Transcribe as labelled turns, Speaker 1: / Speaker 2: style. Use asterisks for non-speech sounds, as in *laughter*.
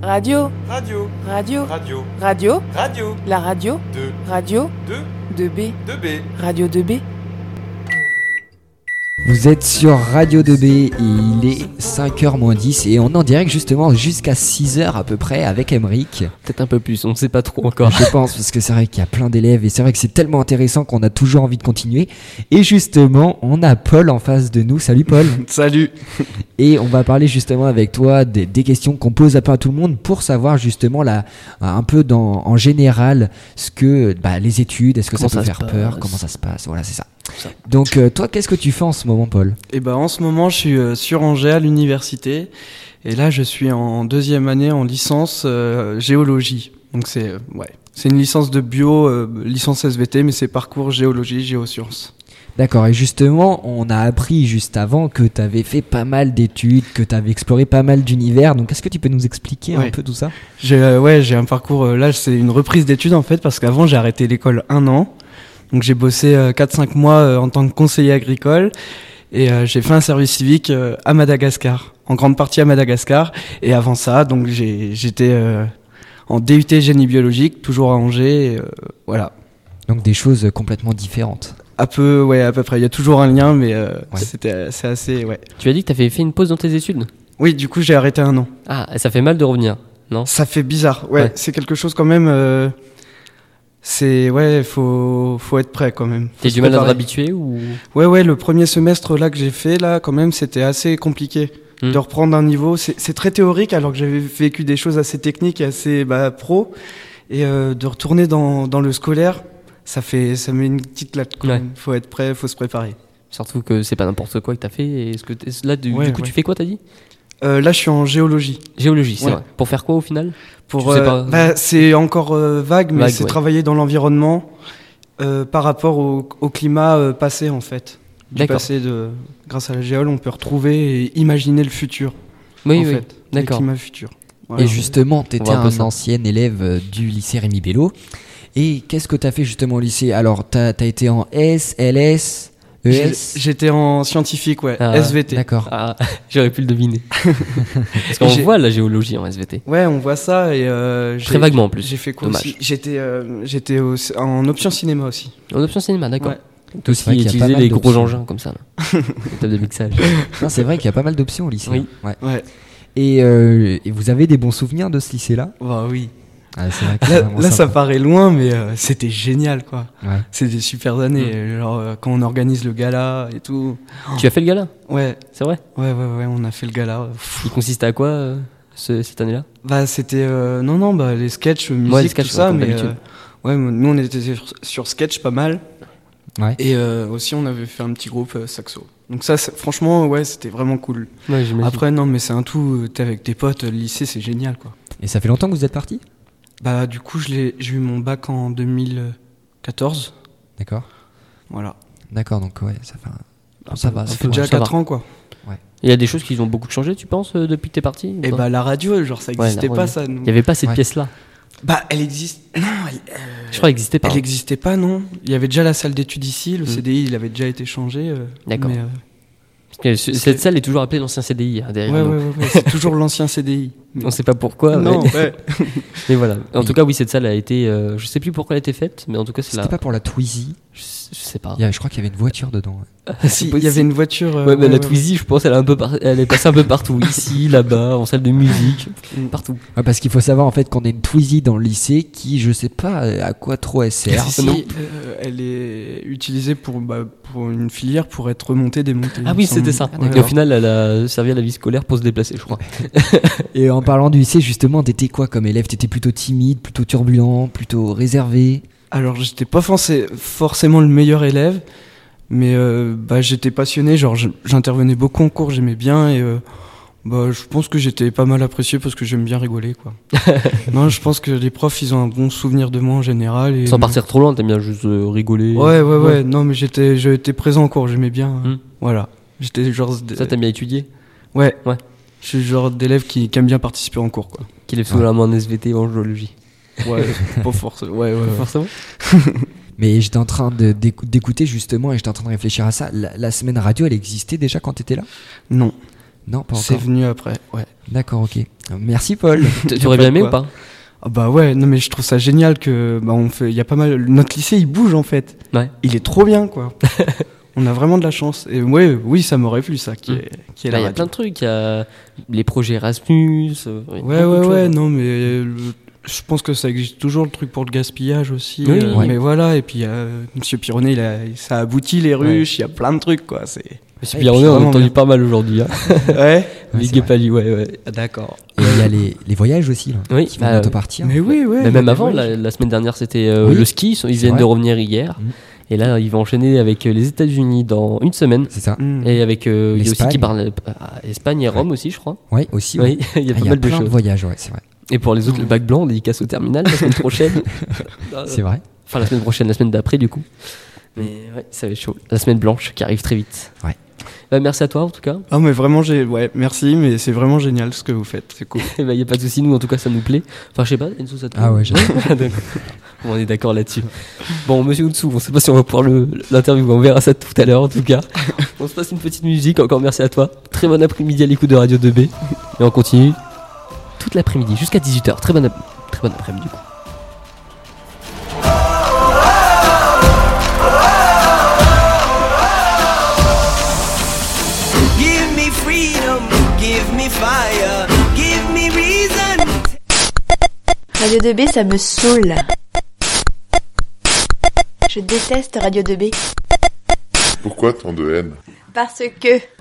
Speaker 1: Radio,
Speaker 2: Radio,
Speaker 1: radio,
Speaker 2: radio,
Speaker 1: radio,
Speaker 2: radio,
Speaker 1: la radio,
Speaker 2: 2,
Speaker 1: radio
Speaker 2: 2,
Speaker 1: 2B,
Speaker 2: 2B.
Speaker 1: radio 2B.
Speaker 3: Vous êtes sur Radio 2B et il est 5h moins 10 et on est en direct justement jusqu'à 6h à peu près avec Emeric.
Speaker 4: Peut-être un peu plus, on ne sait pas trop
Speaker 5: *laughs*
Speaker 4: encore.
Speaker 3: Je pense parce que c'est vrai qu'il y a plein d'élèves et c'est vrai que c'est tellement intéressant qu'on a toujours envie de continuer. Et justement, on a Paul en face de nous. Salut
Speaker 4: *laughs*
Speaker 3: Paul.
Speaker 4: Salut
Speaker 3: Et on va parler justement avec toi des, des questions qu'on pose à peu à tout le monde pour savoir justement là un peu dans, en général ce que bah, les études, est-ce que
Speaker 4: Comment
Speaker 3: ça peut
Speaker 4: ça se
Speaker 3: faire peur,
Speaker 4: passe
Speaker 3: comment ça se passe. Voilà, c'est ça.
Speaker 4: ça.
Speaker 3: Donc euh, toi, qu'est-ce que tu fais en ce moment, Paul
Speaker 5: Et ben en ce moment, je suis euh, sur Angers à l'université et là je suis en deuxième année en licence euh, géologie. Donc c'est euh, ouais, c'est une licence de bio, euh, licence SVT mais c'est parcours géologie, géosciences.
Speaker 3: D'accord, et justement, on a appris juste avant que tu avais fait pas mal d'études, que tu avais exploré pas mal d'univers. Donc, est-ce que tu peux nous expliquer un
Speaker 5: Ouais.
Speaker 3: peu tout ça
Speaker 5: J'ai euh, ouais, j'ai un parcours euh, là, c'est une reprise d'études en fait parce qu'avant j'ai arrêté l'école un an. Donc j'ai bossé euh, 4 5 mois euh, en tant que conseiller agricole et euh, j'ai fait un service civique euh, à Madagascar, en grande partie à Madagascar et avant ça, donc j'ai j'étais euh, en DUT génie biologique toujours à Angers, et, euh, voilà.
Speaker 3: Donc, des choses euh, complètement différentes.
Speaker 5: À peu ouais, à peu près, il y a toujours un lien mais euh,
Speaker 3: Ouais.
Speaker 5: c'était c'est assez ouais.
Speaker 4: Tu as dit que tu avais fait une pause dans tes études
Speaker 5: Oui, du coup, j'ai arrêté un an.
Speaker 4: Ah, ça fait mal de revenir, non
Speaker 5: Ça fait bizarre. Ouais,
Speaker 4: Ouais.
Speaker 5: c'est quelque chose quand même euh, c'est ouais, faut faut être prêt quand même.
Speaker 4: T'as eu du mal à te
Speaker 5: préparer.
Speaker 4: habituer ou
Speaker 5: Ouais, ouais, le premier semestre là que j'ai fait, là, quand même, c'était assez compliqué
Speaker 4: Hmm.
Speaker 5: de reprendre un niveau. C'est c'est très théorique alors que j'avais vécu des choses assez techniques et assez bah, pro. Et euh, de retourner dans, dans le scolaire, ça fait, ça met une petite latte. quand
Speaker 4: Ouais.
Speaker 5: même. Faut être prêt, faut se préparer.
Speaker 4: Surtout que c'est pas n'importe quoi que t'as fait. et Est-ce que t'es- là, du,
Speaker 5: Ouais,
Speaker 4: du coup,
Speaker 5: ouais.
Speaker 4: tu fais quoi T'as dit
Speaker 5: Euh, là, je suis en géologie.
Speaker 4: Géologie, c'est
Speaker 5: Ouais.
Speaker 4: vrai. Pour faire quoi au final
Speaker 5: Pour,
Speaker 4: Tu sais
Speaker 5: euh,
Speaker 4: pas-
Speaker 5: bah, c'est encore euh, vague, mais
Speaker 4: Vague,
Speaker 5: c'est
Speaker 4: ouais.
Speaker 5: travailler dans l'environnement euh, par rapport au, au climat euh, passé en fait. Du
Speaker 4: D'accord.
Speaker 5: passé de, grâce à la géole, on peut retrouver et imaginer le futur.
Speaker 4: Oui,
Speaker 5: en
Speaker 4: oui.
Speaker 5: fait, les
Speaker 4: d'accord.
Speaker 5: climats futurs. Voilà.
Speaker 3: Et justement, tu étais
Speaker 4: voit un peu
Speaker 3: un
Speaker 4: ça.
Speaker 3: ancien élève euh, du lycée Rémi Bello. Et qu'est-ce que tu as fait justement au lycée Alors, tu as, été en S, LS,
Speaker 5: J'ai-
Speaker 3: ES
Speaker 5: J'étais en scientifique, ouais,
Speaker 4: E Ah,
Speaker 5: SVT.
Speaker 3: D'accord.
Speaker 4: Ah, *laughs* j'aurais pu le
Speaker 5: *laughs*
Speaker 4: deviner. Parce qu'on
Speaker 5: J'ai-
Speaker 4: voit la géologie en SVT.
Speaker 5: Ouais, on voit ça et euh, j'ai-
Speaker 4: Très vaguement en plus.
Speaker 5: J'ai fait quoi
Speaker 4: Dommage.
Speaker 5: aussi J'étais, euh, j'étais au- en option cinéma aussi.
Speaker 4: En option cinéma, d'accord.
Speaker 5: Ouais.
Speaker 4: Toi
Speaker 3: C'est vrai qu'il
Speaker 4: aussi,
Speaker 3: y a
Speaker 4: utiliser
Speaker 3: pas mal
Speaker 4: les gros
Speaker 3: d'options.
Speaker 4: engins comme ça, là.
Speaker 5: *laughs*
Speaker 4: Les tables de mixage.
Speaker 3: Non, C'est vrai qu'il y a pas mal d'options au lycée. hein.
Speaker 4: Oui.
Speaker 3: Ouais.
Speaker 5: Ouais.
Speaker 3: Et, euh, et vous avez des bons souvenirs de ce lycée-là
Speaker 5: Bah oui.
Speaker 3: Ah, c'est *laughs* vrai que c'est
Speaker 5: Là,
Speaker 3: vraiment
Speaker 5: là, ça
Speaker 3: sympa.
Speaker 5: paraît loin, mais euh, c'était génial, quoi.
Speaker 3: Ouais.
Speaker 5: C'est des super années. Genre euh, quand on organise le gala et tout.
Speaker 4: tu as fait le gala,
Speaker 5: Ouais,
Speaker 4: c'est vrai
Speaker 5: ouais, ouais, ouais. On a fait le gala. Pff,
Speaker 4: Il consistait à quoi euh, ce- cette année-là
Speaker 5: Bah c'était, euh, non, non, bah les sketchs, musique,
Speaker 4: les sketchs,
Speaker 5: tout ça,
Speaker 4: ouais, comme
Speaker 5: mais
Speaker 4: d'habitude.
Speaker 5: euh, ouais, nous on était sur, sur sketch pas mal.
Speaker 3: Ouais.
Speaker 5: Et euh, aussi on avait fait un petit groupe euh, saxo. Donc ça, c'est- franchement, ouais, c'était vraiment cool.
Speaker 4: Ouais, j'imagine.
Speaker 5: Après, non, mais c'est un tout. euh, T'es avec tes potes, le lycée, c'est génial, quoi.
Speaker 3: Et ça fait longtemps que vous êtes parti
Speaker 5: Bah, du coup, je l'ai- j'ai eu mon bac en 2014.
Speaker 3: D'accord.
Speaker 5: Voilà.
Speaker 3: D'accord, donc ouais, ça fait. un-
Speaker 5: Un
Speaker 3: ça
Speaker 5: peu-
Speaker 3: va,
Speaker 5: un
Speaker 3: ça
Speaker 5: peu
Speaker 3: va,
Speaker 5: déjà
Speaker 4: ça va.
Speaker 5: 4 ans, quoi.
Speaker 4: Il y a des choses qui ont beaucoup changé, tu penses, euh, depuis que t'es parti ou
Speaker 5: Et
Speaker 4: pas
Speaker 5: bah, la radio, genre, ça
Speaker 4: la
Speaker 5: existait pas,
Speaker 4: radio.
Speaker 5: ça. nous.
Speaker 4: Il n'y avait pas cette
Speaker 3: Ouais.
Speaker 4: pièce-là.
Speaker 5: Bah, elle existe. *laughs* Non, elle,
Speaker 4: Je crois qu'elle n'existait pas. hein.
Speaker 5: elle existait pas, non. Il y avait déjà la salle d'études ici, le
Speaker 4: Mm.
Speaker 5: CDI, il avait déjà été changé. euh,
Speaker 4: D'accord.
Speaker 5: mais, euh,
Speaker 4: Parce que ce- Cette salle est toujours appelée l'ancien CDI hein, derrière
Speaker 5: ouais,
Speaker 4: nous.
Speaker 5: ouais, ouais, ouais, c'est toujours l'ancien CDI. Mais-
Speaker 4: *laughs* On ne sait pas pourquoi.
Speaker 5: non,
Speaker 4: mais...
Speaker 5: ouais.
Speaker 4: *laughs* mais voilà. En tout cas, oui, cette salle a été. euh, je sais plus pourquoi elle a été faite, mais en tout cas, c'est Ah.
Speaker 3: C'était pas
Speaker 4: là.
Speaker 3: pour la Twizy.
Speaker 4: Je, sais- je sais pas.
Speaker 3: Il y a- je crois qu'il y avait une voiture dedans. ouais.
Speaker 4: C'est
Speaker 5: Si, il y
Speaker 4: possible.
Speaker 5: avait une voiture. euh,
Speaker 4: Ouais, mais
Speaker 5: ouais,
Speaker 4: la
Speaker 5: ouais,
Speaker 4: Twizy, je pense, elle, a un peu par- elle est passée un peu partout. Ici, *laughs* là-bas, en salle de musique,
Speaker 5: Mm.
Speaker 4: partout.
Speaker 3: Ouais, Ah, parce qu'il faut savoir en fait qu'on a une Twizy dans le lycée qui, je sais pas euh, à quoi trop elle sert. *laughs*
Speaker 5: Si, si,
Speaker 4: Non.
Speaker 5: euh, elle est utilisée pour, bah, pour une filière pour être remontée, démontée.
Speaker 4: Ah
Speaker 5: il me
Speaker 4: oui, c'était
Speaker 5: semble.
Speaker 4: ça.
Speaker 5: Ouais,
Speaker 4: Et au final, elle a servi à la vie scolaire pour se déplacer, je crois.
Speaker 3: Et en parlant du lycée, justement, t'étais quoi comme élève T'étais plutôt timide, plutôt turbulent, plutôt réservé
Speaker 5: Alors, j'étais pas forcé- forcément le meilleur élève, mais euh, bah, j'étais passionné. Genre, je- j'intervenais beaucoup en cours, j'aimais bien et euh, bah, je pense que j'étais pas mal apprécié parce que j'aime bien rigoler,
Speaker 4: *laughs*
Speaker 5: quoi. non, je pense que les profs, ils ont un bon souvenir de moi en général. Et, mm.
Speaker 4: Sans partir trop loin, t'aimes bien juste euh, rigoler.
Speaker 5: Ouais, ouais, ouais. Non, mais j'étais, j'étais présent en cours, j'aimais bien. hein.
Speaker 4: Hmm.
Speaker 5: Voilà. J'étais genre.
Speaker 4: Ça, t'aimes bien étudier.
Speaker 5: ouais.
Speaker 4: ouais.
Speaker 5: Je suis le genre d'élève qui, qui aime bien participer en
Speaker 4: *laughs*
Speaker 5: cours, quoi.
Speaker 4: Qui lève sous la main en SVT ou en géologie.
Speaker 5: Ouais, pas forcément. Ouais, ouais, ouais. *laughs*
Speaker 4: Forcément.
Speaker 3: Mais j'étais en train de- d'écou- d'écouter justement et j'étais en train de réfléchir à ça. La, la semaine radio, elle existait déjà quand t'étais là
Speaker 5: Non,
Speaker 3: Non, pas
Speaker 5: c'est
Speaker 3: encore.
Speaker 5: venu après. Ouais.
Speaker 3: D'accord, ok. Merci Paul.
Speaker 4: Tu aurais bien aimé ou pas
Speaker 5: Ah bah ouais, non mais je trouve ça génial que bah on fait, il y a pas mal, notre lycée il bouge en fait.
Speaker 4: Ouais.
Speaker 5: Il est trop
Speaker 4: *laughs*
Speaker 5: bien quoi. on a vraiment de la chance. Et ouais, oui ça m'aurait plu ça, qui
Speaker 4: Mm.
Speaker 5: est, qui est
Speaker 4: Là,
Speaker 5: la
Speaker 4: Il y a
Speaker 5: radio.
Speaker 4: plein de trucs. Il y a les projets Erasmus. euh, il y a
Speaker 5: Ouais
Speaker 4: beaucoup
Speaker 5: ouais
Speaker 4: de choses.
Speaker 5: ouais, non mais euh, le- je pense que ça existe toujours le truc pour le gaspillage aussi.
Speaker 4: Oui,
Speaker 5: euh,
Speaker 4: oui.
Speaker 5: Mais voilà et puis euh, Monsieur Pironnet il a, ça aboutit les ruches, il y a plein de trucs quoi.
Speaker 4: *laughs*
Speaker 5: C'est.
Speaker 4: Monsieur
Speaker 5: Et
Speaker 4: Pironnet,
Speaker 5: puis
Speaker 4: on a
Speaker 5: vraiment
Speaker 4: entendu
Speaker 5: bien.
Speaker 4: pas mal aujourd'hui. Hein.
Speaker 5: ouais.
Speaker 3: Ouais,
Speaker 4: Big
Speaker 3: c'est
Speaker 4: up
Speaker 3: vrai.
Speaker 4: à lui, ouais, ouais.
Speaker 5: D'accord.
Speaker 3: Et il y a les, les voyages aussi, là,
Speaker 4: Oui,
Speaker 3: qui vont
Speaker 4: bah,
Speaker 3: bientôt partir.
Speaker 5: Mais oui ouais.
Speaker 4: Mais
Speaker 5: il y a
Speaker 4: même
Speaker 5: des
Speaker 4: avant,
Speaker 5: voyages.
Speaker 4: la, la semaine dernière, c'était euh,
Speaker 3: Oui.
Speaker 4: le ski. Ils sont- Ils viennent
Speaker 3: vrai.
Speaker 4: de revenir hier.
Speaker 3: Mm.
Speaker 4: Et là, ils vont enchaîner avec euh, les États-Unis dans une semaine.
Speaker 3: C'est ça.
Speaker 5: Mm.
Speaker 4: Et avec. euh, il y a aussi
Speaker 3: L'Espagne.
Speaker 4: qui parle euh, Espagne et Rome aussi, je crois.
Speaker 3: Oui, aussi. ouais.
Speaker 4: Oui, *laughs* il y a
Speaker 3: Ah,
Speaker 4: pas mal de
Speaker 3: plein de
Speaker 4: choses.
Speaker 3: voyages, ouais, c'est vrai.
Speaker 4: Et pour les autres, le bac blanc, on dédicace au terminal la semaine prochaine. Euh.
Speaker 3: C'est vrai.
Speaker 4: Enfin, la semaine prochaine, la semaine d'après, du coup. Mais ouais, ça va être chaud. La semaine blanche qui arrive très vite.
Speaker 3: Ouais.
Speaker 4: Bah, merci à toi, en tout cas.
Speaker 5: Ah mais vraiment j'ai ouais merci mais c'est vraiment génial ce que vous faites c'est cool.
Speaker 4: Il n'y Eh ben, a pas de souci, nous, en tout cas, ça nous plaît. Enfin, je sais pas, Enzo, ça te plaît
Speaker 3: Ah ouais,
Speaker 4: *laughs*
Speaker 3: j'aime.
Speaker 4: D'accord. Bon, on est d'accord là-dessus. Bon, monsieur Outsou, on sait pas si on va pouvoir le- l'interviewer, on verra ça tout à l'heure, en tout cas. On se passe une petite musique, encore merci à toi. Très bon après-midi à l'écoute de Radio 2B. Et on continue toute l'après-midi, jusqu'à 18h. Très bon, ap- très bon après-midi, du coup.
Speaker 1: Give me freedom, give me fire, give me reason.
Speaker 2: Radio 2B, ça me saoule. Je déteste Radio 2B.
Speaker 6: Pourquoi tant de haine
Speaker 2: Parce que...